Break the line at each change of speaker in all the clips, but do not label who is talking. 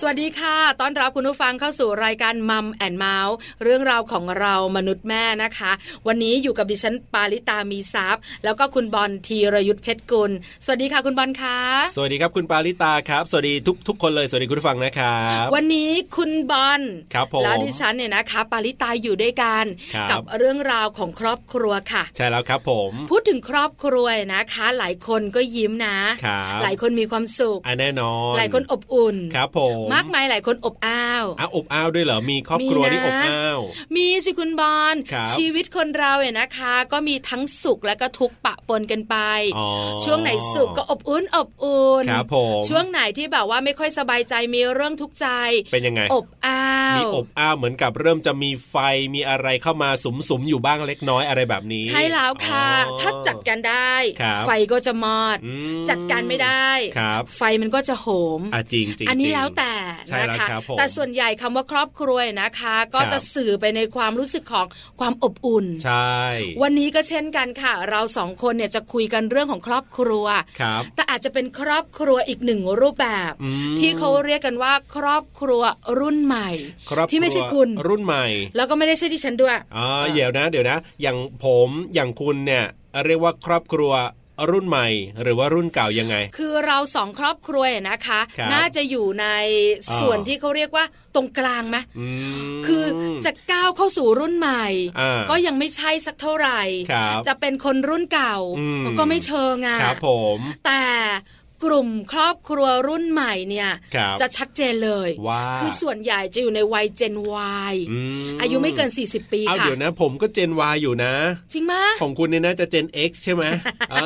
สวัสดีค่ะ ต้อนรับคุณผู้ฟังเข้าสู่รายการมัมแอนเมาส์เรื่องราวของเรามนุษย์แม่นะคะ วันนี้อยู่กับดิฉันปาริตามีซัพย์ แล้วก็คุณบอลธีรยุทธเพชรกุล สวัสดีค่ะคุณบอลคะ
สวัสดีครับคุณปาลิตาครับ สวัสดีทุกทุกคนเลยสวัสดีคุณผู้ฟังนะครับ
วันนี้คุณบอล
ครับผม
แล้วดิฉันเนี่ยนะคะปาริตาอยู่ด้วยกัน
ครับ
กัเรื่องราวของครอบครัวค่ะ
ใช่แล้วครับผม
พูดถึงครอบครัวนะคะ หลายคนก็ยิ้มนะ
ครับ
หลายคนมีความสุข
อ่ะแน่นอน
หลายคนอบอุ่น
ครับผม
มากมายหลายคนอบอ้าว
อ้าวอบอ้าวด้วยเหรอมีครอบครัว
มีนะ
ที่อบอ้าว
มีสิคุณบอล
ครับ
ชีวิตคนเราเนี่ยนะคะ ก็มีทั้งสุขและก็ทุกข์ปะปนกันไป
อ๋อ
ช่วงไหนสุขก็อบอุ่นอบอุ่น
ครับผม
ช่วงไหนที่แบบว่าไม่ค่อยสบายใจมีเรื่องทุกข์ใจ
เป็นยังไง
อบอ้าว
มีอบอ้าวเหมือนกับเริ่มจะมีไฟมีอะไรเข้ามาสุมๆอยู่บ้างเล็กน้อยอะไรแบบนี้
ใช่แล้วค่ะ
อ๋อ
ถ้าจัดการได้
ครับ
ไฟก็จะมอด
อืม
จัดการไม่ได้
ครับ
ไฟมันก็จะโหม
อ่ะจริงจริง
อันนี้
จริง
แล้วแต่
ใช่
นะ
แล้ว
คะ
ครับผม
แต่ส่วนใหญ่คำว่าครอบครัวเนี่ยนะคะ ก็
ครับ
จะสื่อไปในความรู้สึกของความอบอุ่น
ใช่
วันนี้ก็เช่นกันค่ะ เราสองคนเนี่ยจะคุยกันเรื่องของครอบครัว
ครับ
แต่อาจจะเป็นครอบครัวอีกหนึ่งรูปแบบ
อืม
ที่เขาเรียกกันว่าครอบครัวรุ่นใหม่
ครอบ
ที่ไม่ใช่
รัว
คุณ
รุ่นใหม่
แล้วก็ไม่ได้ใช่ที่ฉันด้วย
อ๋อ
เออ
เดี๋ยวนะ เดี๋ยวนะ อย่างผมอย่างคุณเนี่ยเรียกว่าครอบครัวรุ่นใหม่ หรือว่ารุ่นเก่ายังไง
คือเราสองครอบครัวเนี่ยนะคะ
ครับ
น่าจะอยู่ในส่วน
อ่า
ที่เขาเรียกว่าตรงกลางไหม
อืม
คือจะก้าวเข้าสู่รุ่นใหม่
อ่า
ก็ยังไม่ใช่สักเท่าไหร่
ครับ
จะเป็นคนรุ่นเก่า
อืม
นก็ไม่เชิงอ่ะ
ครับผม
แต่กลุ่มครอบครัวรุ่นใหม่เนี่ย
ครับ
จะชัดเจนเลย
ว่า
คือส่วนใหญ่จะอยู่ในวัย Gen Y
ม
อายุไม่เกิน 40 ปี
เอา
ค่ะ
เดี๋ยวนะ ผมก็เจน Y อยู่ นะ
จริงมะ
ของคุณเนี่ยน่าจะเจน X ใช่ไหมเอ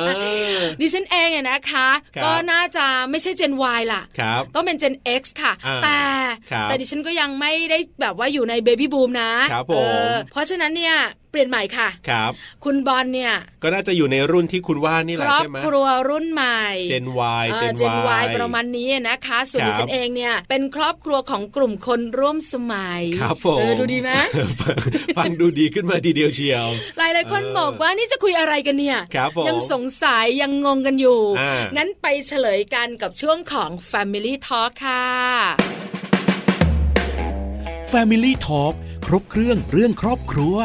อ
ดิฉันเองเนี่ยนะคะ
ครับ
ก็น่าจะไม่ใช่ Gen Y ล่ะ
ครับ
ต้องเป็น Gen X ค่ะ
อ่า
แต่
ครับ
แต่ดิฉันก็ยังไม่ได้แบบว่าอยู่ในเบบี้บูมนะครับ
ผม
เออเพราะฉะนั้นเนี่ยเปลี่ยนใหม่ค่ะ
ครับ
คุณบอลเนี่ย
ก็น่าจะอยู่ในรุ่นที่คุณว่านี่แห
ค
ละ
รอบ
ใช่ไหม
ครัวรุ่นใหม่
เจน Y
เอ
เจ
อน เจนวายประมาณนี้นะคะ ส่วน
ครับ
ดิฉันเองเนี่ยเป็นครอบครัวของกลุ่มคนร่วมสมัย
ครับผม
เออดูดีไหม
ฟัง ฟังดูดีขึ้นมาทีเดียวเชียว
หลายหลายๆคน
เออ
บอกว่านี่จะคุยอะไรกันเนี่ย
ครับผม
ยังสงสัยยังงงกันอยู่
อ่างั้
งั้นไปเฉลยกันกับช่วงของ Family Talk ค่ะ
Family Talk ครบเครื่องเรื่องครอบครัว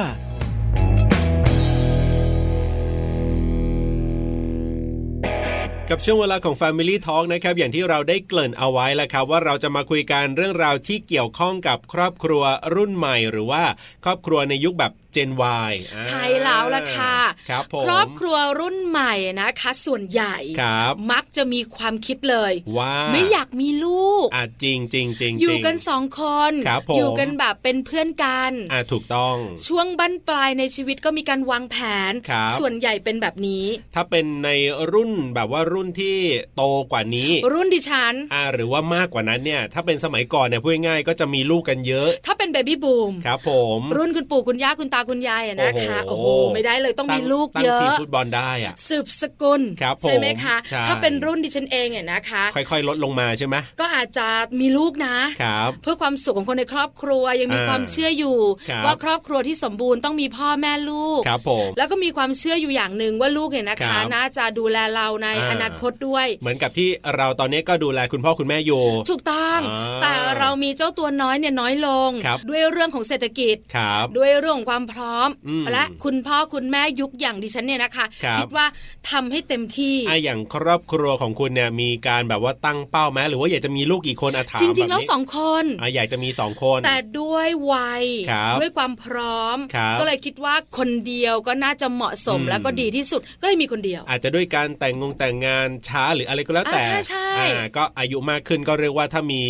กับช่วงเวลาของ Family Talk นะครับอย่างที่เราได้เกริ่นเอาไว้แล้วครับ ว่าเราจะมาคุยกันเรื่องราวที่เกี่ยวข้องกับครอบครัวรุ่นใหม่ หรือว่าครอบครัวในยุคแบบ Gen Y อ่า
ใช่แล้วล่ะค่ะ
ครับผม
ครอบครัวรุ่นใหม่นะคะ ส่วนใหญ่
ครับ
มักจะมีความคิดเลย
ว่า
ไม่อยากมีลูก
อ่ะจริงจริงจริง
อยู่
จริง
กันสองคน
ครับผม
อยู่กันแบบเป็นเพื่อนกัน
อ่ะถูกต้อง
ช่วงบั้นปลายในชีวิตก็มีการวางแผน
ครับ
ส่วนใหญ่เป็นแบบนี้
ถ้าเป็นในรุ่นแบบว่ารุ่นที่โตกว่านี้
รุ่นดิฉัน
อ่ะหรือว่ามากกว่านั้นเนี่ย ถ้าเป็นสมัยก่อนเนี่ยพูดง่ายๆก็จะมีลูกกันเยอะ
ถ้าเป็นเบบี้บูม
ครับผม
รุ่นคุณปู่คุณย่าคุณตาคุณยายอะนะคะ
โอ้
โอ้
โห
โห ไม่ได้เลยต้องมีลูก
ตั้
เย
ง
อะ
ทีมฟุตบอลได้อ่ะ
สืบสกุล
ครับผม
ใช่ไหมคะ
ใช่
ถ้าเป็นรุ่นดิฉันเองเนี่ยนะคะ
ค่อยๆ ลดลงมาใช่ไหม
ก็อาจจะมีลูกนะ
ครับ
เพื่อความสุขของคนในครอบครัวยังมี
อ่า
ความเชื่ออยู่
ครับ
ว่าครอบครัวที่สมบูรณ์ต้องมีพ่อแม่ลูก
ครับผม
แล้วก็มีความเชื่ออยู่อย่างหนึ่งว่าลูกเนี่ยนะ
ครั
คะ
บ
น่าจะดูแลเราใน
อ่า
อนาคตด้วย
เหมือนกับที่เราตอนนี้ก็ดูแลคุณพ่อคุณแม่อยู่
ถูกต้อง
อ่า
แต่เรามีเจ้าตัวน้อยเนี่ยน้อยลง
ครับ
ด้วยเรื่องของเศรษฐกิจ
ครับ
ด้วยเรื่องของความพร้อม
อืม
และคุณพ่อคุณแม่ยุคอย่างดิฉันเนี่ยนะคะ
ครับ
คิดว่าทำให้เต็มที่
อ่ะอย่างครอบครัวของคุณเนี่ยมีการแบบว่าตั้งเป้าไหมหรือว่าอยากจะมีลูกกี่คนอาถาม
จริง ๆ
บบ
แล้ว
นี้
สองคน
อ่ะอยากจะมีสองคน
แต่ด้วยวัย
ครับ
ด้วยความพร้อม
ครับ
ก็เลยคิดว่าคนเดียวก็น่าจะเหมาะสม
อืม
แล้วก็ดีที่สุดก็เลยมีคนเดียว
อาจจะด้วยการแต่งงงแต่งงานช้าหรืออะไรก็แล้วแต่
อ่ะใช่ใช่
อ่ะก็อายุมากขึ้นก็เรียกว่าถ้ามี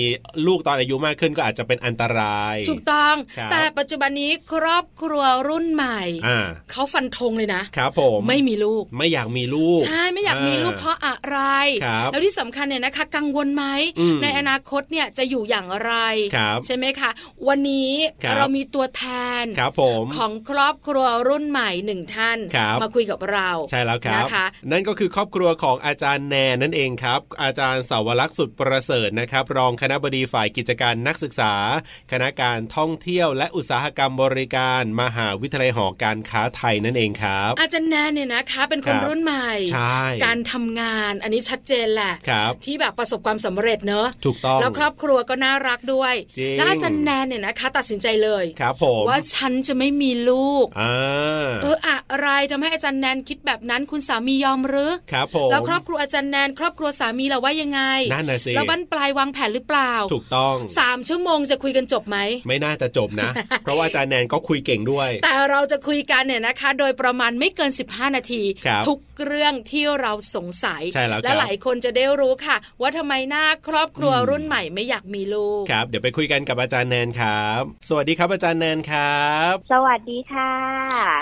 ลูกตอนอายุมากขึ้นก็อาจจะเป็นอันตราย
ถูกต้อง
ครับ
แต่ปัจจุบันนี้ครอบครัวรุ่นใหม่
อ่า
เขาฟันธงเลยนะ
ครับผม
ไม่มีลูก
ไม่อยากมีลูก
ใช่ไม่อยากมีลูกเพราะอะไร
ครับ
แล้วที่สำคัญเนี่ยนะคะ กังวลไหม
อืม
ในอนาคตเนี่ยจะอยู่อย่างไร
ครับ
ใช่ไหมคะวันนี้
ครับ
เรามีตัวแทน
ครับผม
ของครอบครัวรุ่นใหม่หนึ่งท่าน
ครับ
มาคุยกับเรา
ใช่แล้วครับ
นะคะ
นั่นก็คือครอบครัวของอาจารย์แนนนั่นเองครับ อาจารย์เสาวลักษณ์สุดประเสริฐนะครับ รองคณบดีฝ่ายกิจการนักศึกษา คณะการท่องเที่ยวและอุตสาหกรรมบริการ มห หาวิทยาลัยหอการค้าไทยนั่นเองครับ
อาจารย์แนนเนี่ยนะคะ เป็นคน
ครับ
รุ่นใหม่
ใช่
การทำงานอันนี้ชัดเจนแหละ
ครับ
ที่แบบประสบความสำเร็จเนอะ
ถูกต้อง
แล้วครอบครัวก็น่ารักด้วย
จริง
แล้วอาจารย์แนนเนี่ยนะคะ ตัดสินใจเลย
ครับผม
ว่าฉันจะไม่มีลูก
อ่า
เอออะไรทำให้อาจารย์แนนคิดแบบนั้นคุณสามียอมหรือ
ครับผม
แล้วครอบครัวอาจารย์แนนครอบครัวสามีเราว่ายังไง
นั่นนะสิ
แล้วบ้านปลายวางแผนหรือเปล่า
ถูกต้อง
สามชั่วโมงจะคุยกันจบไหม
ไม่น่าจะจบนะ เพราะว่าอาจารย์แนนก็คุยเก่งด้วย
แต่เราจะคุยกันเนี่ยนะคะ โดยประมาณไม่เกิน 15 นาที
ครับ
ทุกเรื่องที่เราสงสัย
ใช่แล้วครับ
และหลายคนจะได้รู้ค่ะ ว่าทำไมหน้าครอบครัวรุ่นใหม่ไม่อยากมีลูก
ครับ เดี๋ยวไปคุยกันกับอาจารย์แนนครับ สวัสดีครับอาจารย์แนนครับ
สวัสดีค่ะ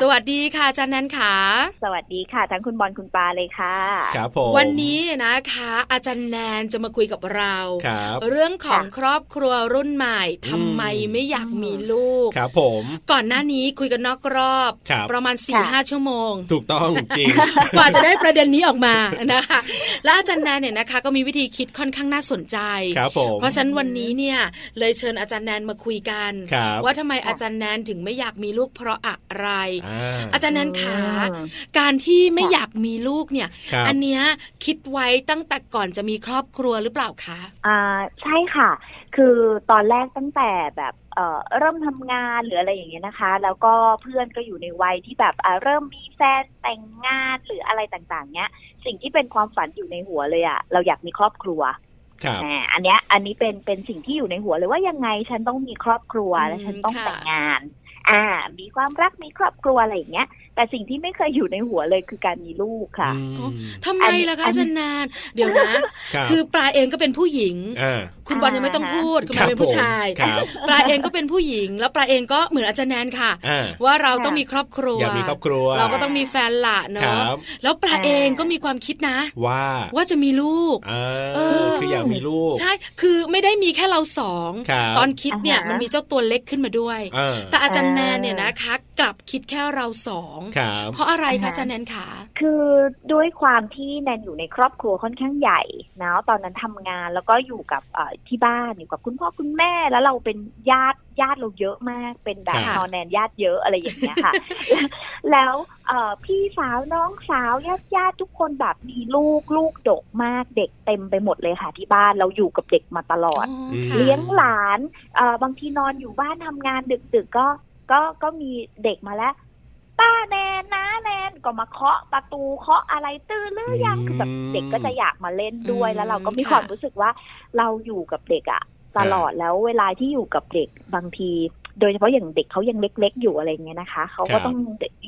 สวัสดีค่ะอาจารย์แนันค่ะ
สวัสดีค่ะ ทั้งคุณบอลคุณปาเลยค่ะ
ครับผม
วันนี้นะคะ อาจารย์แนนจะมาคุยกับเรา
ครับ
เรื่องของครอบครัวรุ่นใหม่ทำไม
อืม
ไม่อยากมีลูก
ครับผม
ก่อนหน้านี้คุยกันนอกรอบ
ครับ
ประมาณ4ี่
ค่ะ
ห้าชั่วโมง
ถูกต้อง จริง
กว่าจะได้ประเด็นนี้ออกมานะคะ และอาจารย์แนนเนี่ยนะคะก็มีวิธีคิดค่อนข้างน่าสนใจ
ครับผม
เพราะฉะนั้นวันนี้เนี่ยเลยเชิญอาจารย์แนนมาคุยกัน
ครับ
ว่าทำไมอาจารย์แนนถึงไม่อยากมีลูกเพราะอะไร
อ่า
อาจารย์แนนขา
อืม
การที่ไม่อยากมีลูกเนี่ย
ครับ
อันเนี้ยคิดไว้ตั้งแต่ก่อนจะมีครอบครัวหรือเปล่าคะ
อ่าใช่ค่ะ คือตอนแรกตั้งแต่แบบเอ่อเริ่มทำงานหรืออะไรอย่างเงี้ยนะคะ แล้วก็เพื่อนก็อยู่ในวัยที่แบบอ่าเริ่มมีแฟนแต่งงานหรืออะไรต่างๆ เนี้ย สิ่งที่เป็นความฝันอยู่ในหัวเลยอะเราอยากมีครอบครัว
ครับ
แหมอันเนี้ยอันนี้เป็นเป็นสิ่งที่อยู่ในหัวเลยว่ายังไงฉันต้องมีครอบครัวและ
อืม
ฉันต้อง
ค่ะ
แต่งงาน อ่า มีความรักมีครอบครัวอะไรอย่างเงี้ย แต่สิ่งที่ไม่เคยอยู่ในหัวเลยคือการมีลูกค่ะ
อืม
ทำไมล่ะคะ
อัน
อา
นี้
จารย์แนนเดี๋ยวนะ
ครับ
คือปลาเองก็เป็นผู้หญิง
อ่า
คุณบอลยังไม่ต้องพูดคุณบอลเป็นผู้ชาย
ครับผม
ปลาเองก็เป็นผู้หญิง แล้วปลาเองก็เหมือนอาจารย์แนนค่ะ
อ่า
ว่าเราต้องมีครอบครัว
อยากมีครอบครัว
เราก็ต้องมีแฟนละเน
ค
อะ
รับ
แล้วปลาเองก็มีความคิดนะ
ว่า
ว่าจะมีลูก
อ่า
เออ
คืออยากมีลูก
ใช่คือไม่ได้มีแค่เราสอง
ครับ
ตอนคิดเนี่ย
อ่าฮะ
มันมีเจ้าตัวเล็กขึ้นมาด้วย
อ่า
แต่อาจารย์แนนเนี่ยนะคะ กลับคิดแค่เราสอง
ครับ
เพราะอะไรคะ
อ่าฮะ
อาจารย์แนนขา
คือด้วยความที่แนนอยู่ในครอบครัวค่อนข้างใหญ่นะตอนนั้นทำงานแล้วก็อยู่กับเอ่อที่บ้านอยู่กับคุณพ่อคุณแม่แล้วเราเป็นญาติญาติเราเยอะมาก เป็นแบบ
ค่ะ
นอนแนนญาติเยอะอะไรอย่างเงี้ยค่ะ แล้วแล้วเอ่อพี่สาวน้องสาวญาติญาติทุกคนแบบมีลูกลูกดกมากเด็กเต็มไปหมดเลยค่ะที่บ้านเราอยู่กับเด็กมาตลอด
อ๋อค่ะ
เลี้ยงหลานเอ่อบางทีนอนอยู่บ้านทำงานดึกๆกก็ก็ก็มีเด็กมาแล้ว ป้าแนนนะแนนก็มาเคาะประตูเคาะอะไรตื้อหรือยัง
อืม
คือแบบเด็กก็จะอยากมาเล่นด้วยแล้ว เราก็มีความรู้สึกว่าเราอยู่กับเด็กอะตลอดแล้วเวลาที่อยู่กับเด็กบางที โดยเฉพาะอย่างเด็กเขายังเล็ก ๆ อยู่อะไรเงี้ยนะคะเขา
ครั
ก็
บ
ต้อง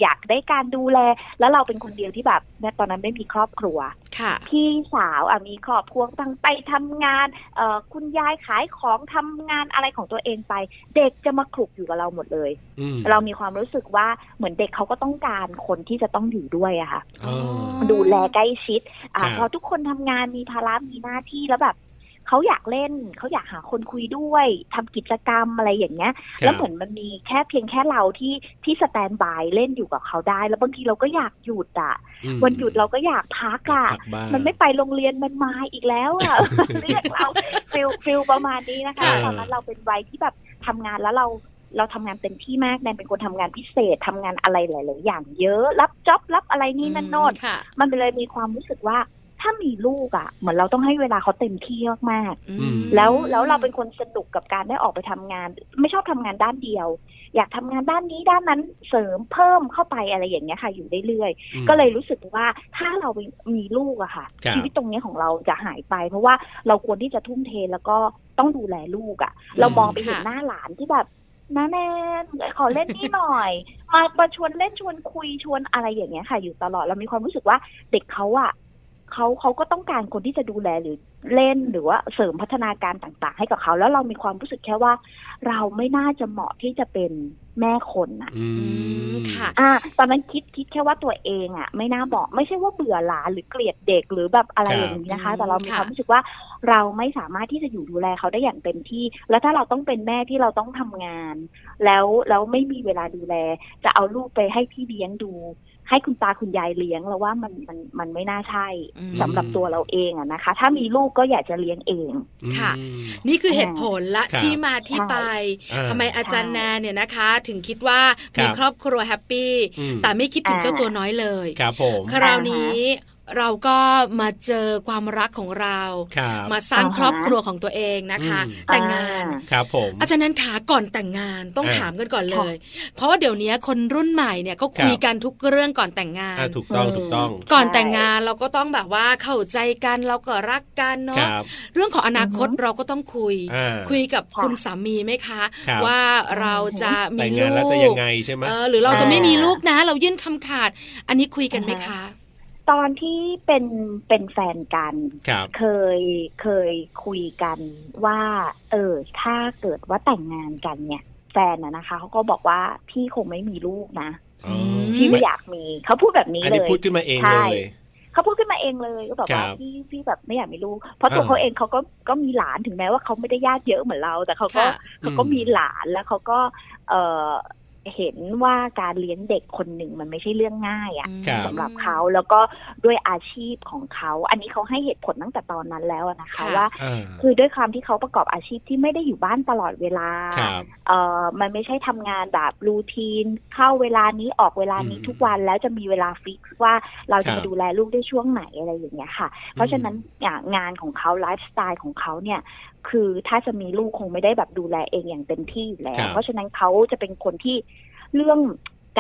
อยากได้การดูแล แล้วเราเป็นคนเดียวที่แบบณตอนนั้นไม่มีครอบครัว
ค่ะ
พี่สาวอ่ะมีครอบครัวตั้งไปทำงานเอ่อคุณยายขายของทำงานอะไรของตัวเองไป เด็กจะมาขลุกอยู่กับเราหมดเลย
อืม
เรามีความรู้สึกว่าเหมือนเด็กเขาก็ต้องการคนที่จะต้องอยู่ด้วยอะค่ะ
อ๋อ
ดูแลใกล้ชิด
ค
อ่ะ
รับ
พอทุกคนทำงานมีภาระมีหน้าที่แล้วแบบเขาอยากเล่นเขาอยากหาคนคุยด้วยทำกิจกรรมอะไรอย่างเงี้ย
ค
แล้
รั
ว
บ
เหมือนมันมีแค่เพียงแค่เราที่ที่สแตนบายเล่นอยู่กับเขาได้ แล้วบางทีเราก็อยากหยุดอ่ะ
อืม
วันหยุดเราก็อยากพักอ่ะ
พักบ้าง
มันไม่ไปโรงเรียนมันมาอีกแล้วอ่ะ เรียกเราฟิลฟิลประมาณนี้นะคะ
ค่ะ
ตอนนั้นเราเป็นวัยที่แบบทำงานแล้วเราเราทำงานเต็มที่มากแนนเป็นคนทำงานพิเศษทำงานอะไรหลาย ๆ อย่างเยอะรับจ็อบรับอะไรนี่นั่นโน่น
อืมค่ะ
มันเลยมีความรู้สึกว่าถ้ามีลูกอ่ะ เหมือนเราต้องให้เวลาเขาเต็มที่มาก
อื
อื
ม
ม
ๆแล้วแล้วเราเป็นคนสนุกกับการได้ออกไปทำงาน ไม่ชอบทำงานด้านเดียว อยากทำงานด้านนี้ด้านนั้นเสริมเพิ่มเข้าไปอะไรอย่างเงี้ยค่ะ อยู่เรื่อยๆ
อืม
ก็เลยรู้สึกว่าถ้าเรามีลูกอะค่ะ
ครับ
ชีวิตตรงเนี้ยของเราจะหายไป เพราะว่าเราควรที่จะทุ่มเทแล้วก็ต้องดูแลลูกอะเรามองไปเห็นหน้าหลานที่แบบน้าแนนขอเล่นนี่หน่อย มามาชวนเล่นชวนคุยชวนอะไรอย่างเงี้ยค่ะ อยู่ตลอดเรามีความรู้สึกว่าเด็กเขาอะเขาเขาก็ต้องการคนที่จะดูแลหรือเล่นหรือว่าเสริมพัฒนาการต่าง ๆ ให้กับเขาแล้วเรามีความรู้สึกแค่ว่า เราไม่น่าจะเหมาะที่จะเป็นแม่คนอะ
อื
อื
ม
มค่ะ
อ่าตอนนั้นคิดคิดแค่ว่าตัวเองอ่ะ ไม่น่าเหมาะไม่ใช่ว่าเบื่อหลานหรือเกลียดเด็กหรือแบบอะไร
ครับ
อย่างนี้นะคะ
อืม
แต่เรามี
ค่ะ
ความรู้สึกว่าเราไม่สามารถที่จะอยู่ดูแลเขาได้อย่างเต็มที่ แล้วถ้าเราต้องเป็นแม่ที่เราต้องทำงาน แล้วแล้วไม่มีเวลาดูแล จะเอาลูกไปให้พี่เลี้ยงดู ให้คุณตาคุณยายเลี้ยงเราว่ามันมันมันไม่น่าใช่
อืม
สำหรับตัวเราเองอะนะคะ ถ้ามีลูกก็อยากจะเลี้ยงเอง
ค่ะ
อืม
นี่คือเหตุผลและ
ครับ
ที่มาที่ไป
ใช่
ทำไมอาจารย์แนนเนี่ยนะคะ ถึงคิดว่า
ครับ
มีครอบครัวแฮปปี้
อืม
แต่ไม่คิดถึง
อ่า
เจ้าตัวน้อยเลย
ครับผม
คราวนี้เราก็มาเจอความรักของเรา
ครับ
มาสร้าง
อ่าฮะ
ครอบครัวของตัวเองนะคะ
อืม
แต่งงาน
อ่
ครับผม
อาจารย์นันขาก่อนแต่งงานต้อง
อ่า
ถามกันก่อนเล
ค่ะ
ย เพราะว่าเดี๋ยวนี้คนรุ่นใหม่เนี่ยก็คุยกันทุกเรื่องก่อนแต่งงาน
อ่ะถูกต้องถูกต้อง
ก่อนแต่งงานเราก็ต้องแบบว่าเข้าใจกันเราก็รักกัน
ค
เนาะ
รับ
เรื่องของอนาคต
อือฮึ
เราก็ต้องคุย
อ่า
คุยกับ
ค่ะ
คุณสามีไหมคะ
ครับ
ว่าเราจะมี
แต่ง
ลู
งาน
ก
แล้วจะยังไงใช่ไหม
เออหรือเราจะไม่
อ่ามี
มีลูกนะ เรายื่นคำขาด อันนี้คุยกันไหม
อ่าฮะ
คะ
ตอนที่เป็นเป็นแฟนกัน
ครับ
เคยเคยคุยกันว่า เออ ถ้าเกิดว่าแต่งงานกันเนี่ย แฟนอะนะคะเขาก็บอกว่าพี่คงไม่มีลูกนะ
อ๋อ
ม
พี่ไม่อยากมีเขาพูดแบบนี้
อัน
เล
นี้
ย
พูดขึ้นมาเอง
ใช่
เลย
เขาพูดขึ้นมาเองเลยก็บอกว่า
ครับ
พี่พี่แบบไม่อยากมีลูกเพราะตัว
อ่า
เขาเองเขาก็ก็มีหลานถึงแม้ว่าเขาไม่ได้ญาติเยอะเหมือนเรา แต่เขาก็
ค่ะ
เขาก็
อืม
มีหลานแล้วเขาก็เออเห็นว่าการเลี้ยงเด็กคนหนึ่งมันไม่ใช่เรื่องง่ายอะ
ครับ
สำหรับเขาแล้วก็ด้วยอาชีพของเขา อันนี้เขาให้เหตุผลตั้งแต่ตอนนั้นแล้วอะนะคะ
ค่ะ
ว่า
อ่า
คือด้วยความที่เขาประกอบอาชีพที่ไม่ได้อยู่บ้านตลอดเวลา
ครับ
เอ่อมันไม่ใช่ทำงานแบบรูทีน เข้าเวลานี้ออกเวลานี้
อืม
ทุกวันแล้วจะมีเวลาฟิกซ์ว่าเราจะ
ครั
มา
บ
ดูแลลูกได้ช่วงไหนอะไรอย่างเงี้ยค่ะ เพราะฉะนั้นอย่างงานของเขาไลฟ์สไตล์ของเขาเนี่ย คือถ้าจะมีลูกคงไม่ได้แบบดูแลเองอย่างเต็มที่อยู่แล้
ครั
ว
บ
เพราะฉะนั้นเขาจะเป็นคนที่เรื่อง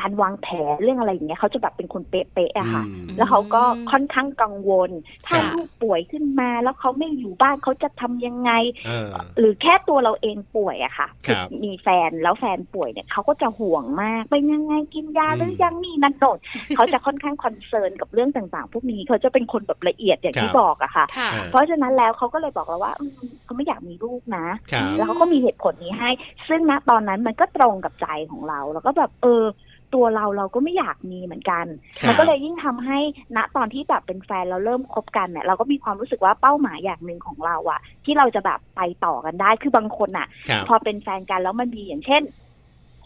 การวางแผนเรื่องอะไรอย่างเงี้ยเขาจะแบบเป็นคนเป๊ะๆอะค่ะ
อืม
แล้วเขาก็ค่อนข้างกังวล ถ้า
ค่ะ
ลูกป่วยขึ้นมา แล้วเขาไม่อยู่บ้านเขาจะทำยังไง
อ่า
หรือแค่ตัวเราเองป่วยอะค่ะ
ครับ
มีแฟนแล้วแฟนป่วยเนี่ยเขาก็จะห่วงมากเป็นยังไงกินยาหรือยังนี่นั่นโน่น เขาจะค่อนข้างคอนเซิร์นกับเรื่องต่างๆ พวกนี้เขาจะเป็นคนแบบละเอียดอย่างที่บอกอะค่ะ
ค่ะ
อ่า
เพราะฉะนั้นแล้วเขาก็เลยบอกเราว่าอืมเขาไม่อยากมีลูกนะ
ครับ
แล้วเขาก็มีเหตุผลนี้ให้ ซึ่งณตอนนั้นมันก็ตรงกับใจของเรา แล้วก็แบบเออ ตัวเราเราก็ไม่อยากมีเหมือนกัน
ครับ
มันก็เลยยิ่งทำให้ณตอนที่แบบเป็นแฟนเราเริ่มคบกันเนี่ยเราก็มีความรู้สึกว่าเป้าหมายอย่างหนึ่งของเราอะที่เราจะแบบไปต่อกันได้ คือบางคนอะ
ครับ
พอเป็นแฟนกันแล้วมันมีอย่างเช่น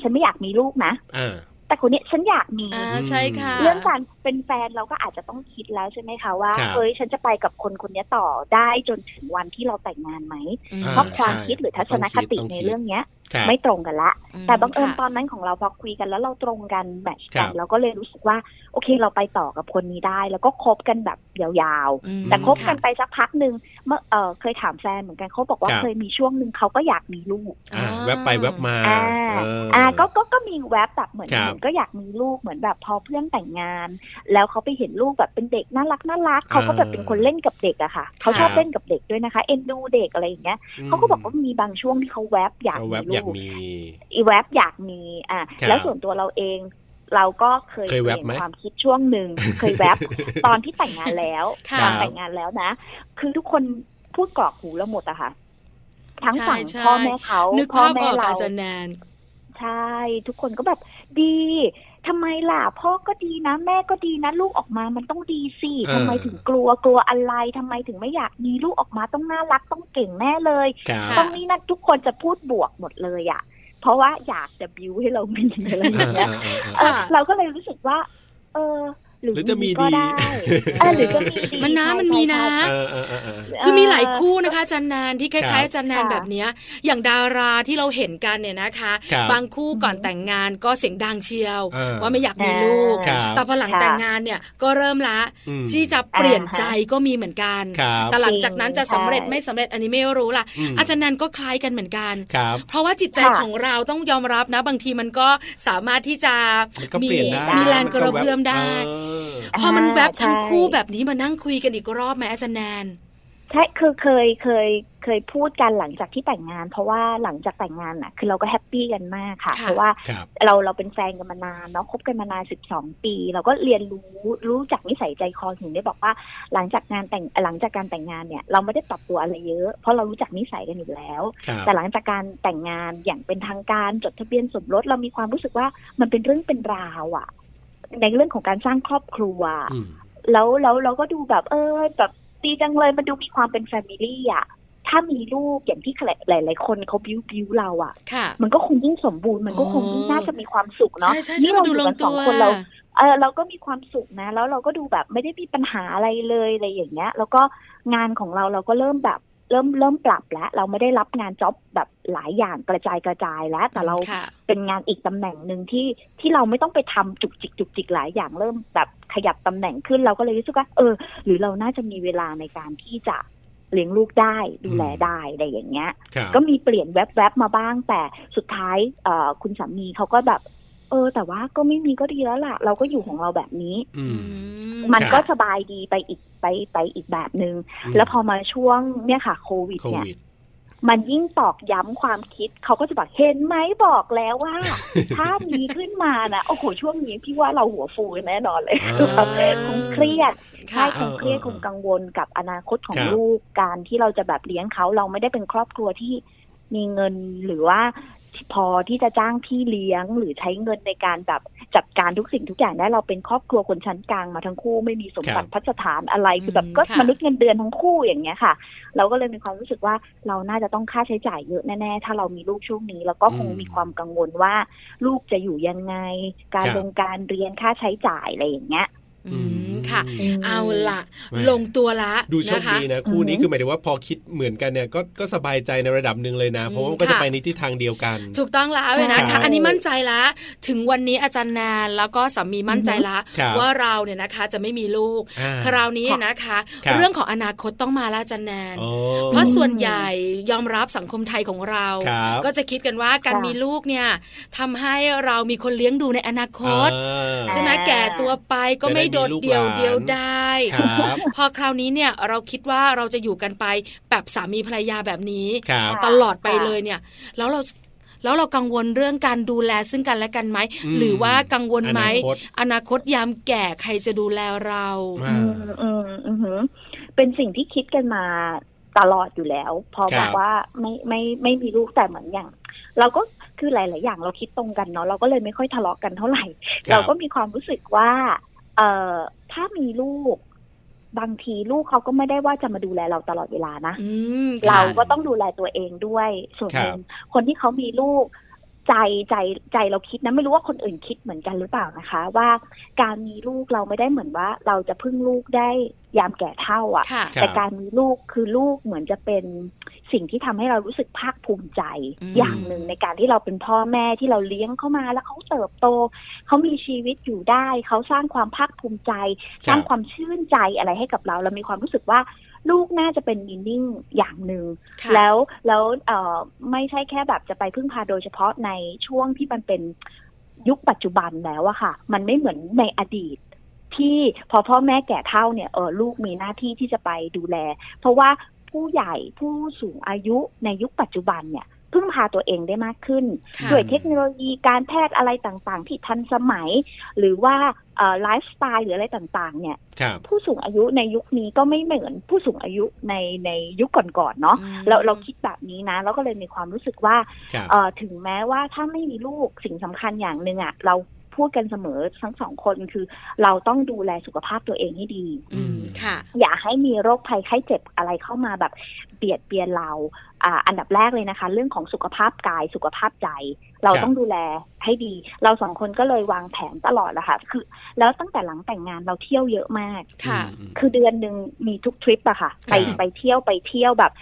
ฉันไม่อยากมีลูกนะ
อ่า
แต่คนเนี้ยฉันอยากมี
อ่าใช่ค่ะ
เรื่องการเป็นแฟนเราก็อาจจะต้องคิดแล้วใช่ไหมคะว่า
ครับ
เฮ้ยฉันจะไปกับคนคนเนี้ยต่อได้จนถึงวันที่เราแต่งงานไหม
อืม
อ่า
เพราะความ
ใช่
คิดหรือทัศนคติ
ต้องคิด
ในเรื่องเนี้ย
ครับ
ไม่ตรงกันละ แต่บังเอิญต
ค่ะ
อนนั้นของเราพอคุยกันแล้วเราตรงกันแมทช์กัน
ครับ
เราก็เลยรู้สึกว่า โอเคเราไปต่อกับคนนี้ได้ แล้วก็คบกันแบบยาว
อืม
ๆ แต่คบกั
ะ
นไปสักพักหนึ่งเมื่อเออเคยถามแฟนเหมือนกันเขาบอกว่า
ครับ
เคยมีช่วงหนึ่งเขาก็อยากมีลูก
อ่าแวบไปแวบมา
อ่า
เอออ
อ่าก็ก็ก็มีแวบแบบเหมือน
ครับ
เหมือนก็อยากมีลูกเหมือนแบบพอเพื่อนแต่งงาน แล้วเขาไปเห็นลูกแบบเป็นเด็กน่ารักน่ารักเขาก็แบบเป็นคนเล่นกับเด็กอะค่ะเขาชอบ
ครับ
เล่นกับเด็กด้วยนะคะเอ็นดูเด็กอะไรอย่างเงี้ย เขาก็บอกว่ามีบางช่วงที่เขาแวบอยาก
เขา
มี
แวบอยาก
ลูก
มี
อีแวบอยากมีอ่ะ
ครับ
แล้วส่วนตัวเราเอง เราก็เคย
เคยแวบไหม
ลี่นความคิดช่วงห นึ่ง เคยแวบตอนที่แต่งงานแล้ว
ค่ะ
ตอนแต่งงานแล้วนะ คือทุกคนพูดกรอกหูเราหมดอะค่ะ ทั้งฝั่ง
ใช่
พ่อแม่เขา
นึก
พ่
ภาพ
แม่
ออก
เรา
อาจารย์แนน
ใช่ ทุกคนก็แบบดีทำไมล่ะ พ่อก็ดีนะ แม่ก็ดีนะ ลูกออกมามันต้องดีสิ
เออ
ทำไมถึงกลัวกลัวอะไรทำไมถึงไม่อยากมีลูกออกมาต้องน่ารักต้องเก่งแน่เลย
ครั
ค่ะ
ตร
บ
งนี้นะทุกคนจะพูดบวกหมดเลยอะเพราะว่าอยากจะบิวให้เรามีอะไรอย่างเงี้ย
อ่าอ่าอ่า
เออ
ค่ะ
เราก็เลยรู้สึกว่า เออ หรือ
หรือจะมีดี
ก็ได้เออหรือจะมีดี
มันนะ
ใช่
มันมีนะ
ใช่ใช่
เออเออเออเออ
คือมีหลายคู่นะคะอาจันนานที่ค
ครั
ล้าย
บ
ๆอาจันนาน
ค่ะ
แบบเนี้ยอย่างดาราที่เราเห็นกันเนี่ยนะคะ
ครับ
บางคู่ก่อนแต่งงานก็เสียงดังเชียว
เออ
ว่าไม่อยากมีลูก
ครับ
แต่พอหลังแต่งงานเนี่ยก็เริ่มละ
อืม
ที่จะเปลี่ยนใจก็มีเหมือนกัน
ครับ
แต่หลังจากนั้นจะสำเร็จไม่สำเร็จอันนี้ไม่รู้ล่ะ
ม
อาจารย์นันก็คล้ายกันเหมือนกัน
ครับ
เพราะว่าจิตใจ
ค่ะ
ของเราต้องยอมรับนะ บางทีมันก็สามารถที่จะ
มันก็
มี
เปลี่ยนได้
มีแรง
น
กระเพื่อมได้
เออ
พอมันแวบทั้ง
ใช่
คู่แบบนี้มานั่งคุยกันอีกรอบไหมอาจารย์แนน
ใช่คือเคยเคยเคยพูดกันหลังจากที่แต่งงาน เพราะว่าหลังจากแต่งงานน่ะ คือเราก็แฮปปี้กันมากค่ะ
ค่ะ
เพราะว่า
ครับ
เราเราเป็นแฟนกันมานานเนาะคบกันมานาน12 ปี เราก็เรียนรู้รู้จักนิสัยใจคอถึงได้บอกว่า หลังจากงานแต่งหลังจากการแต่งงานเนี่ย เราไม่ได้ปรับตัวอะไรเยอะ เพราะเรารู้จักนิสัยกันอยู่แล้ว
ครับ
แต่หลังจากการแต่งงานอย่างเป็นทางการจดทะเบียนสมรสเรามีความรู้สึกว่ามันเป็นเรื่องเป็นราวอะในเรื่องของการสร้างครอบครัว
อืม
แล้วแล้วเราก็ดูแบบเออแบบดีจังเลยมันดูมีความเป็นแฟมิลี่อะถ้ามีลูกอย่างที่หลายหลายๆคนเขาบิ้วบิ้วเราอะ
ค่ะ
มันก็คงยิ่งสมบูรณ์มันก็คงยิ่ง
อ๋อ
น่าจะมีความสุขเนาะ
ใช่ใช่ใช่
นี่
มั
เรา
น
อ
ดู
ยู่
ลง
กันส
ตั
อง
ว
คนเรา เออเราก็มีความสุขนะ แล้วเราก็ดูแบบไม่ได้มีปัญหาอะไรเลยอะไรอย่างเงี้ย แล้วก็งานของเราเราก็เริ่มแบบ เริ่มเริ่มปรับแล้ว เราไม่ได้รับงานจ็อบแบบหลายอย่างกระจายกระจายแล้ว แต่เรา
ค่ะ
เป็นงานอีกตำแหน่งหนึ่งที่ที่เราไม่ต้องไปทำจุกจิกจุกจิกหลายอย่างเริ่มแบบขยับตำแหน่งขึ้นเราก็เลยรู้สึกว่าเออ หรือเราน่าจะมีเวลาในการที่จะเลี้ยงลูกได้ดูแลได้อะไรอย่างเงี้ย
ครับ
ก็มีเปลี่ยนแวบๆมาบ้าง แต่สุดท้ายเอ่อคุณสามีเขาก็แบบ เออ แต่ว่าก็ไม่มีก็ดีแล้วล่ะ เราก็อยู่ของเราแบบนี้
อืม
มัน
ค่ะ
ก็สบายดีไปอีกไปไปอีกแบบนึง แล้วพอมาช่วงเนี่ยค่ะโควิด
โค
เนี่ย
วิด
มันยิ่งตอกย้ำความคิดเขาก็จะบอกเห็นไหมบอกแล้ว ว่า ถ้ามีขึ้นมานะโอ้โหช่วงนี้พี่ว่าเราหัวฟูแน่นอนเลย
อ่า
คือแบบคงเครียด ใช่
ค่ะ
คงเครียดคงกังวลกับอนาคตของ
ครับ
ลูกการที่เราจะแบบเลี้ยงเขาเราไม่ได้เป็นครอบครัวที่มีเงินหรือว่าพอที่จะจ้างพี่เลี้ยงหรือใช้เงินในการแบบจัดการทุกสิ่งทุกอย่างได้เราเป็นครอบครัวคนชั้นกลางมาทั้งคู่ไม่มีสมบัติพัสถานอะไรคือแบบ
อืม
ก็
ค่ะ
มนุษย์เงินเดือนทั้งคู่อย่างเงี้ยค่ะ เราก็เลยมีความรู้สึกว่าเราน่าจะต้องค่าใช้จ่ายเยอะแน่ๆถ้าเรามีลูกช่วงนี้ แล้วก็คง
อืม
มีความกังวลว่า ลูกจะอยู่ยังไง การลงการเรียนค่าใช้จ่ายอะไรอย่างเงี้ย
อืมค่ะ
ม
เอาละ
แหม่
ลงตัวละ
ดูโชค
นะคะ
ดีนะคู่นี้
อืม
คือหมายถึงว่าพอคิดเหมือนกันเนี่ยก็ก็สบายใจในระดับหนึ่งเลยนะ เพราะว่า
อืม
ก็จะ
ค่ะ
ไปในทิศทางเดียวกัน
ถูกต้องแล้วเลยนะ
ครั
คะ
บ
อันนี้มั่นใจละถึงวันนี้อาจารย์แนนแล้วก็สามีมั่นใจละ
ครับ
ว่าเราเนี่ยนะคะจะไม่มีลูก
อ่า
คราวนี้นะคะ
ครับ
เรื่องของอนาคตต้องมาละอาจารย์แนน
โอ้
เพราะส่วนใหญ่ยอมรับสังคมไทยของเรา
ครับ
ก็จะคิดกันว่าการ
ค่ะ
มีลูกเนี่ยทำให้เรามีคนเลี้ยงดูในอนาคต
า
ใช่ไหมแก่ตัวไปก็ไม่โดดเดี่ยว
จะได้มีลูกหลาน
เดียวได้
ครับ
พอคราวนี้เนี่ยเราคิดว่าเราจะอยู่กันไปแบบสามีภรรยาแบบนี้
ครับ
ตลอดไปเลยเนี่ย แล้วเราแล้วเรากังวลเรื่องการดูแลซึ่งกันและกันไหม
อืม
หรือว่ากังวลไหม
อนาคต
อนาคตยามแก่ใครจะดูแลเรา
อ่า
อืมอืมอืมหือเป็นสิ่งที่คิดกันมาตลอดอยู่แล้ว พอ
ครับ
แบบว่าไม่ไม่ไม่มีลูกแต่เหมือนอย่าง เราก็คือหลาย ๆ อย่างเราคิดตรงกันเนาะเราก็เลยไม่ค่อยทะเลาะกันเท่าไหร่
ครับ
เราก็มีความรู้สึกว่า เอ่อถ้ามีลูก บางทีลูกเขาก็ไม่ได้ว่าจะมาดูแลเราตลอดเวลานะ
อืม
เรา
ค่ะ
ก็ต้องดูแลตัวเองด้วยส่วนหนึ่งคนที่เขามีลูกใจใจใจเราคิดนะไม่รู้ว่าคนอื่นคิดเหมือนกันหรือเปล่านะคะ ว่าการมีลูกเราไม่ได้เหมือนว่า เราจะพึ่งลูกได้ยามแก่เท่าอะ่ะ
ค่ะ
รับ
แต่การมีลูกคือลูกเหมือนจะเป็นสิ่งที่ทำให้เรารู้สึกภาคภูมิใจ
อืม
อย่างหนึ่งในการที่เราเป็นพ่อแม่ที่เราเลี้ยงเขามาแล้วเขาเติบโตเขามีชีวิตอยู่ได้เขาสร้างความภาคภูมิใจ สร้างความชื่นใจอะไรให้กับเรา เรามีความรู้สึกว่า ลูกน่าจะเป็นมินนิ่งอย่างหนึ่ง
ค่ะ
แล้วแล้วเอ่อไม่ใช่แค่แบบจะไปพึ่งพาโดยเฉพาะในช่วงที่มันเป็นยุคปัจจุบันแล้วอะค่ะ มันไม่เหมือนในอดีต ที่พอพ่อแม่แก่เท่าเนี่ยเออลูกมีหน้าที่ที่จะไปดูแล เพราะว่าผู้ใหญ่ผู้สูงอายุในยุคปัจจุบันเนี่ยพึ่งพาตัวเองได้มากขึ้น
ค่ะ
ด้วยเทคโนโลยีการแพทย์อะไรต่างๆ ที่ทันสมัย หรือว่าไลฟ์สไตล์หรืออะไรต่างๆเนี่ย
ครับ
ผู้สูงอายุในยุคนี้ก็ไม่เหมือนผู้สูงอายุในในยุคก่อนๆเนาะ
อืม
เราเราคิดแบบนี้นะ แล้วก็เลยมีความรู้สึกว่า
ครับ
เอ่อถึงแม้ว่าถ้าไม่มีลูกสิ่งสำคัญอย่างหนึ่งอะเราพูดกันเสมอทั้งสองคนคือ เราต้องดูแลสุขภาพตัวเองให้ดี
อืมค่ะ
อย่าให้มีโรคภัยไข้เจ็บอะไรเข้ามาแบบเบียดเบียนเราอ่าอันดับแรกเลยนะคะ เรื่องของสุขภาพกายสุขภาพใจ เรา
ครับ
ต้องดูแลให้ดี เราสองคนก็เลยวางแผนตลอดแหละค่ะคือแล้วตั้งแต่หลังแต่งงานเราเที่ยวเยอะมาก
ค่ะ
อืม
คือเดือนหนึ่งมีทุกทริปอะค่ะ ไป
ครับ
ไปเที่ยวไปเที่ยวแบบ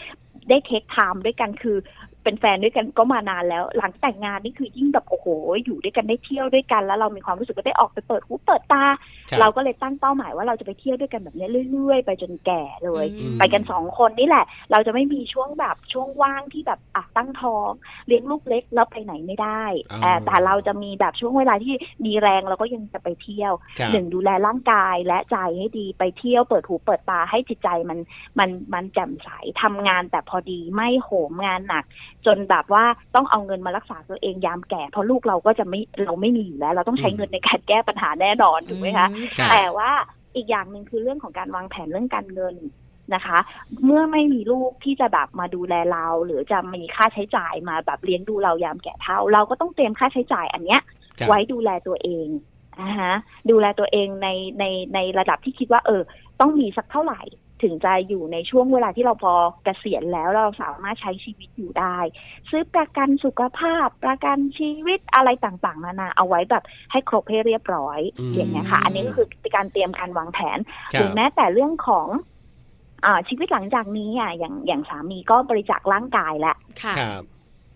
ได้เทคไทม์ด้วยกันคือเป็นแฟนด้วยกันก็มานานแล้ว หลังแต่งงานนี่คือยิ่งแบบโอ้โหอยู่ด้วยกันได้เที่ยวด้วยกัน แล้วเรามีความรู้สึกว่าได้ออกไปเปิดหูเปิดตา
คบ
เราก็เลยตั้งเป้าหมายว่าเราจะไปเที่ยวด้วยกันแบบเนี้ยเรื่อยๆ ไปจนแก่เลย
อืม
ไปกันสองคนนี่แหละ เราจะไม่มีช่วงแบบช่วงว่างที่แบบอ่ะตั้งท้องเลี้ยงลูกเล็กแล้วไปไหนไม่ได้
อ๋อ
เอ่อแต่เราจะมีแบบช่วงเวลาที่มีแรงเราก็ยังจะไปเที่ยว
ครับ
หนึ่งดูแลร่างกายและใจให้ดีไปเที่ยวเปิดหูเปิดตาให้จิตใจมันมันมันแจ่มใสทำงานแต่พอดีไม่โหมงานหนัก จนแบบว่าต้องเอาเงินมารักษาตัวเองยามแก่ เพราะลูกเราก็จะไม่เราไม่มีอยู่แล้ว เราต้องใช้
อืม
เงินในการแก้ปัญหาแน่นอนถูกไหมคะ
อื
ค่ะ
แต่ว่าอีกอย่างหนึ่งคือเรื่องของการวางแผนเรื่องการเงินนะคะ เมื่อไม่มีลูกที่จะแบบมาดูแลเรา หรือจะมีค่าใช้จ่ายมาแบบเลี้ยงดูเรายามแก่เท่า เราก็ต้องเตรียมค่าใช้จ่ายอันเนี้ย
ครับ
ไว้ดูแลตัวเองอ่าฮะดูแลตัวเองในในในระดับที่คิดว่า เออ ต้องมีสักเท่าไหร่ ถึงจะอยู่ในช่วงเวลาที่เราพอเกษียณแล้วเราสามารถใช้ชีวิตอยู่ได้ ซื้อประกันสุขภาพ ประกันชีวิตอะไรต่างๆ นานาเอาไว้แบบให้ครบให้เรียบร้อย
อืม
อย่างเงี้ยค่ะ อันนี้ก็คือการเตรียมการวางแผน
ค
ห
รั
รื
บ
อแม้แต่เรื่องของอ่าชีวิตหลังจากนี้อ่ะอย่างอย่างสามีก็บริจาคร่างกายและ
ค่ะ
ครับ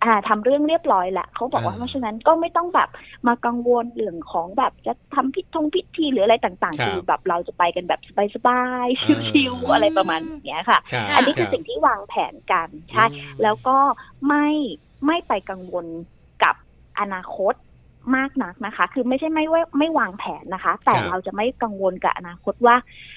อ่าทำเรื่องเรียบร้อยและเขาบอกว่า
อ่า
เพราะฉะนั้นก็ไม่ต้องแบบมากังวลเรื่องของแบบจะทำพิธงพิธีหรืออะไรต่าง
ครับ
ๆคือแบบเราจะไปกันแบบสบาย
อ่า
ๆชิวๆอะไรประมาณเนี้ยค่ะ
ครับ
อันนี้คือ
รับ
สิ่งที่วางแผนกันใช่
อืม
แล้วก็ไม่ไม่ไปกังวลกับอนาคตมากนักนะคะ คือไม่ใช่ไม่ว่าไม่วางแผนนะคะ แต่
ครับ
เราจะไม่กังวลกับอนาคตว่า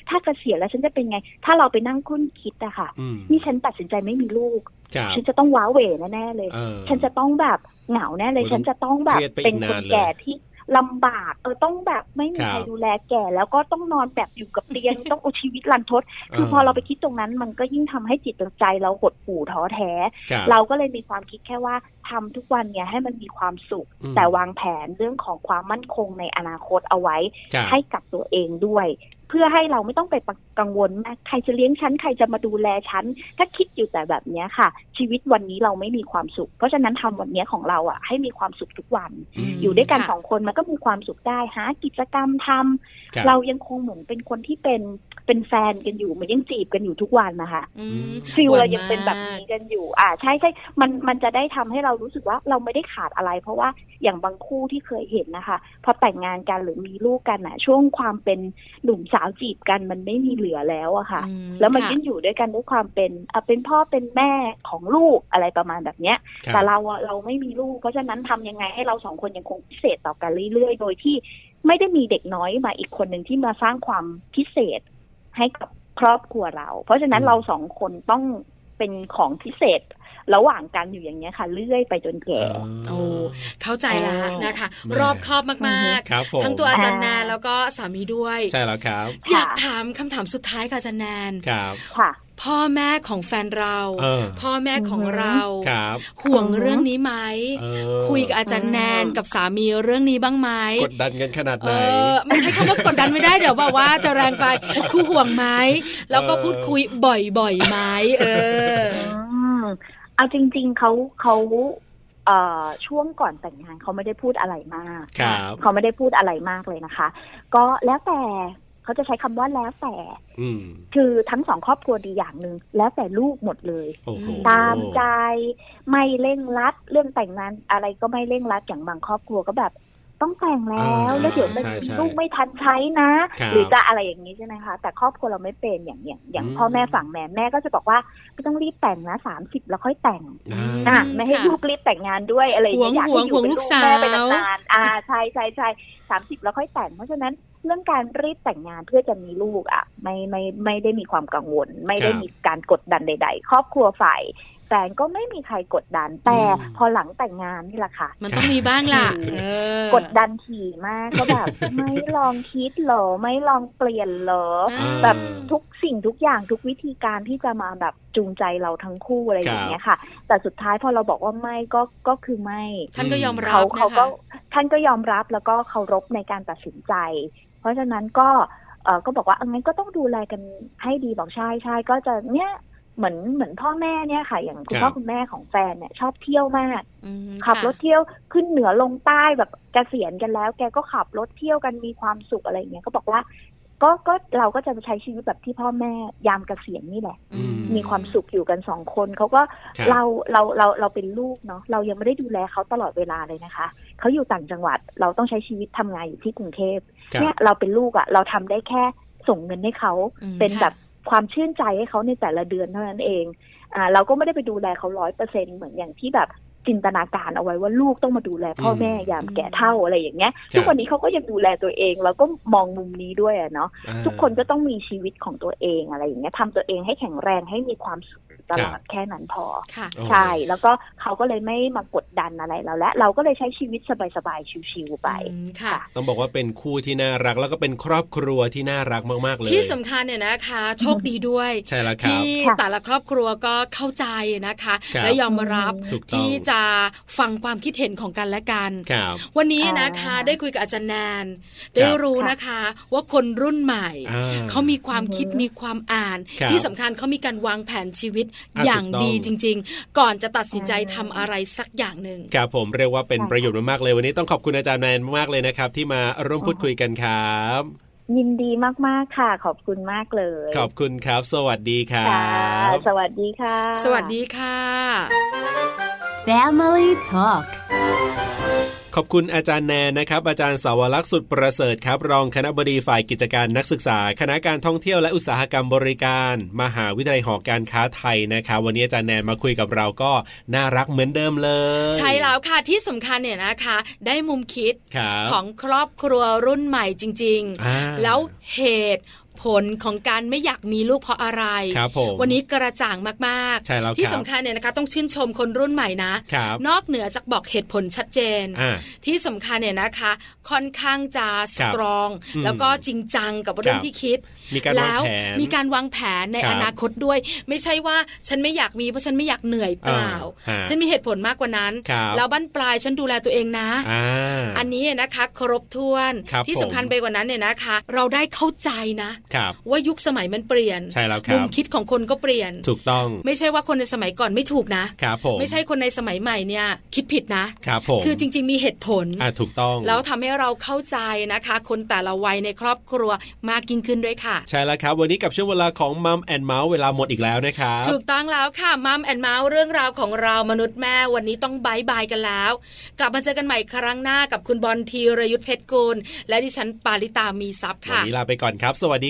ถ้าเกษียณแล้วฉันจะเป็นไง ถ้าเราไปนั่งคุ้นคิดอะค่ะ
อืม
นี่ฉันตัดสินใจไม่มีลูก
ครับ
ฉันจะต้องว้าเหวแน่ๆเลย
เออ
ฉันจะต้องแบบเหงาแน่เลย
โอ้ย
ฉันจะต้องแบบ
เครียดไปอีก
เป็นคน
นานเลย
แก่ที่ลำบากเออต้องแบบไม่มี
ครับ
ใครดูแลแก่ แล้วก็ต้องนอนแบบอยู่กับเตียง ต้องเอาชีวิตรันทด คือพอเราไปคิดตรงนั้นมันก็ยิ่งทำให้จิตใจเราหดหู่ท้อแท้
คบ
เราก็เลยมีความคิดแค่ว่าทำทุกวันเนี่ยให้มันมีความสุข
อืม
แต่วางแผนเรื่องของความมั่นคงในอนาคตเอาไว้
ครับ
ให้กับตัวเองด้วย เพื่อให้เราไม่ต้องไปกังวลมากใครจะเลี้ยงฉันใครจะมาดูแลฉันถ้าคิดอยู่แต่แบบเนี้ยค่ะ ชีวิตวันนี้เราไม่มีความสุข เพราะฉะนั้นทำวันเนี้ยของเราอ่ะให้มีความสุขทุกวัน
ม
อยู่ด้วยกัน
ค่ะ
สองคนมันก็มีความสุขได้หากิจกรรมทำ
คบ
เรายังคงเหมือนเป็นคนที่เป็นเป็นแฟนกันอยู่เหมือนยังจีบกันอยู่ทุกวันนะคะ
อืม
ฟิล
หว
เรายังเป็นแบบ
มาก
นี้กันอยู่ อ่าใช่ใช่มันมันจะได้ทำให้เรารู้สึกว่าเราไม่ได้ขาดอะไร เพราะว่าอย่างบางคู่ที่เคยเห็นนะคะ พอแต่งงานกันหรือมีลูกกันอะช่วงความเป็นหนุ่มสาวจีบกันมันไม่มีเหลือแล้วอะค่ะ
อืม
แล้วมัน
ค่ะ
ยิ่งอยู่ด้วยกันด้วยความเป็นอ่ะเป็นพ่อเป็นแม่ของลูกอะไรประมาณแบบเนี้ย
ครับ
แต่เราอะเราไม่มีลูก เพราะฉะนั้นทำยังไงให้เราสองคนยังคงพิเศษต่อกันเรื่อยๆ โดยที่ไม่ได้มีเด็กน้อยมาอีกคนหนึ่งที่มาสร้างความพิเศษให้กับครอบครัวเรา เพราะฉะนั้น
อืม
เราสองคนต้องเป็นของพิเศษ ระหว่างกันอยู่อย่างเงี้ยค่ะ เรื่อยไปจนแก่
อ๋อ
โอ้ เข้าใจละนะคะ
แม่
รอบคอบมาก
ครับผม
ๆ ทั้งตัวอาจารย์แนน
อ่า
แล้วก็สามีด้วย
ใช่แล้วครับ
อยากถามคำถามสุดท้ายค่ะอาจารย์แนน
ครับ
ค่ะ
พ่อแม่ของแฟนเรา
เออ
พ่อแม่ของ
อือฮึ
เรา
ครับ
ห่วงเรื่องนี้ไหม
เออ
คุยกับอาจารย์แนนกับสามีเรื่องนี้บ้างไหม
กดดันกันขนาด
เอ
ไหน
อมันใช้คำว่ากดดันไม่ได้เดี๋ยวบอกว่าจะแรงไปคือห่วงไหมแล้วก็
เออ
พูดคุยบ่อยๆไหมเออ
อืมเอาจริง ๆเขาเขาเอ่อช่วงก่อนแต่งงานเขาไม่ได้พูดอะไรมาก
ครับ
เขาไม่ได้พูดอะไรมากเลยนะคะ ก็แล้วแต่เขาจะใช้คำว่าแล้วแต่
อืม
คือทั้งสองครอบครัวดีอย่างหนึ่งแล้วแต่ลูกหมดเลย
โอ้โห
ตามใจไม่เร่งรัด เรื่องแต่งงานอะไรก็ไม่เร่งรัดอย่างบางครอบครัวก็แบบ ต้องแต่งแล้ว
อ่า
แล้วเดี๋ยวมัน
ใช่ใช่
ลูกไม่ทันใช้นะ
ครับ
หรือจะอะไรอย่างนี้ใช่ไหมคะ แต่ครอบครัวเราไม่เป็นอย่างอย่างอย่าง
อืม
พ่อแม่ฝั่งแม่แม่ก็จะบอกว่าไม่ต้องรีบแต่งนะสามสิบแล้วค่อยแต่ง
อ่า
อ่ะ
อืม
ไม่ให้
ค่ะ
ลูกรีบแต่งงานด้วยอะไรอย่างเงี้ยอยาก
หว
ให้
ง
อ
หว
ยู่
ง
เป็น
ลู
ลู
ก
กแม่ไป
สาว
นานๆอ่าใช่ใช่ใช่สามสิบแล้วค่อยแต่ง เพราะฉะนั้นเรื่องการรีบแต่งงานเพื่อจะมีลูกอ่ะไม่ไม่ไม่ได้มีความกังวล ไม่ได้
ครับ
มีการกดดันใด ๆ ครอบครัวฝ่ายแฟนก็ไม่มีใครกดดันแต่
อืม
พอหลังแต่งงานนี่แหละค่ะ
มันต้องมีบ้างล่ะเออก
ดดันถี่มากก็แบบ ไม่ลองคิดเหรอไม่ลองเปลี่ยนเหรอ
อ่า
แบบทุกสิ่งทุกอย่างทุกวิธีการที่จะมาแบบจูงใจเราทั้งคู่อะไรอย่างเงี้ยค่ะ แต่สุดท้ายพอเราบอกว่าไม่ก็ก็คือไม่
ท่านก็ยอมรับ
เขา
นะคะ
เขาก็ท่านก็ยอมรับแล้วก็เคารพในการตัดสินใจ เพราะฉะนั้นก็เออก็บอกว่าเอองั้นก็ต้องดูแลกันให้ดีบอกใช่ใช่ก็จะเนี้ยเหมือนเหมือนพ่อแม่เนี่ยค่ะ อย่างคุ
ค
ณ
รับ
พ่อคุณแม่ของแฟนเนี่ยชอบเที่ยวมาก
อืม
ขับ
ค่ะ
รถเที่ยวขึ้นเหนือลงใต้แบบเกษียณกันแล้ว แกก็ขับรถเที่ยวกันมีความสุขอะไรอย่างเงี้ยก็บอกว่า ก็ก็เราก็จะใช้ชีวิตแบบที่พ่อแม่ยามเกษียณนี่แหละ
อืม
มีความสุขอยู่กันสองคนเขาก็
ครับ
เราเราเราเราเป็นลูกเนาะเรายังไม่ได้ดูแลเขาตลอดเวลาเลยนะคะเขาอยู่ต่างจังหวัดเราต้องใช้ชีวิตทำงานอยู่ที่กรุงเทพ
ครับ
เนี่ยเราเป็นลูกอะ่ะ เราทำได้แค่ส่งเงินให้เขา
อืม
เป็น
ค่ะ
แบบความชื่นใจให้เขาในแต่ละเดือนเท่านั้นเอง อ่าเราก็ไม่ได้ไปดูแลเขาร้อยเปอร์เซ็นเหมือนอย่างที่แบบจินตนาการเอาไว้ว่าลูกต้องมาดูแลพ่อแม่
อืม
ยามแก่เฒ่าอะไรอย่างเงี้ย
ครับ
ทุกวันนี้เขาก็ยังดูแลตัวเองแล้วก็มองมุมนี้ด้วยอะเนาะ
อ่า
ทุกคนก็ต้องมีชีวิตของตัวเองอะไรอย่างเงี้ยทำตัวเองให้แข็งแรงให้มีความสุข ตลอดแค่นั้นพอ
ค่ะ
โอ้
ใช่ แล้วก็เขาก็เลยไม่มากดดันอะไรเราและ เราก็เลยใช้ชีวิตสบายๆ ชิวๆไป
อืมค่ะ
ต้องบอกว่าเป็นคู่ที่น่ารักแล้วก็เป็นครอบครัวที่น่ารักมากๆเลย
ที่สำคัญเนี่ยนะคะโชคดีด้วย
ใช่แล้วครับ
ที่
ครับ
แต่ละครอบครัวก็เข้าใจนะคะ
ครับ
และยอมรับ
ถูกต้อง
ที่จะฟังความคิดเห็นของกันและกัน
ครับ
วันนี้นะคะ
ค่ะ
ได้คุยกับอาจารย์แนน ได้รู้
ครับ
นะคะ ว่าคนรุ่นใหม่
อ่า
เขามีความคิด
อือฮึ
มีความอ่าน
ครับ
ที่สำคัญเขามีการวางแผนชีวิต
อ่ะ
อย่าง
ถูกต้อง
ดีจริง ๆ ก่อนจะตัดสินใจทำอะไรสักอย่างหนึ่ง
ครับผมเรียกว่าเป็น
ค่ะ
ประโยชน์มากๆเลย วันนี้ต้องขอบคุณอาจารย์แมนมากๆเลยนะครับ ที่มาร่วมพูดคุยกันครับ
ยินดีมากๆค่ะ ขอบคุณมากเลย
ขอบคุณครับ สวัสดีครั
ค่ะ
บ
สวัสดีค่ะ
สวัสดีค่ะ
Family Talk
ขอบคุณอาจารย์แนนนะครับ อาจารย์สาวรักษณ์สุดประเสริฐครับ รองคณะบดีฝ่ายกิจการนักศึกษา คณะการท่องเที่ยวและอุตสาหกรรมบริการ มหาวิทยาลัยหอการค้าไทยนะครับ วันนี้อาจารย์แนนมาคุยกับเราก็น่ารักเหมือนเดิมเลย
ใช่แล้วค่ะที่สำคัญเนี่ยนะคะ ได้มุมคิด
ครับ
ของครอบครัวรุ่นใหม่จริง
อ่า
ๆ แล้วเหตุผลของการไม่อยากมีลูกเพราะอะไร
ครับผม
วันนี้กระจ่างมาก
ใช่แล้ว
ๆ ที่
รับ
สำคัญเนี่ยนะคะ ต้องชื่นชมคนรุ่นใหม่นะ
ครับ
นอกเหนือจากบอกเหตุผลชัดเจน
อ่า
ที่สำคัญเนี่ยนะคะ ค่อนข้างจะส
ครับ
ตรอง
อืม
แล้วก็จริงจังกับเรื่อง
ครับ
ที่คิด
มีการวาง
แล้ว
แผน
มีการวางแผนใน
ครับ
อนาคตด้วย ไม่ใช่ว่าฉันไม่อยากมีเพราะฉันไม่อยากเหนื่อยเปล่า
อ่าฮะ
ฉันมีเหตุผลมากกว่านั้น
ครับ
แล้วบั้นปลายฉันดูแลตัวเองนะ
อ่า
อันนี้เนี่ยนะคะครบถ้วน
ครับ
ที่
ผม
สำคัญไปกว่านั้นเนี่ยนะคะ เราได้เข้าใจนะ
ครับ
ว่ายุคสมัยมันเปลี่ยน
ใช่แล้วค
มุ
รั
ม
บ
คิดของคนก็เปลี่ยน
ถูกต้อง
ไม่ใช่ว่าคนในสมัยก่อนไม่ถูกนะ
ครับผม
ไม่ใช่คนในสมัยใหม่เนี่ยคิดผิดนะ
ครับผม
คือจริง ๆ มีเหตุผล
อ่าถูกต้อง
แล้วทำให้เราเข้าใจนะคะ คนแต่ละวัยในครอบครัวมากยิ่งขึ้นด้วยค่ะ
ใช่แล้วครับ วันนี้กับช่วงเวลาของมัมแอนเมาส์เวลาหมดอีกแล้วนะครับ
ถูกต้องแล้วค่ะมัมแอนเมาส์เรื่องราวของเรามนุษย์แม่วันนี้ต้องบายบายกันแล้ว กลับมาเจอกันใหม่ครั้งหน้ากับคุณบอลธีรยุทธเพชรกุลและดิฉันปาริตามีซัพย์
วัน
ค่ะ
นี้ลาไปก่อนครับ สวัสดี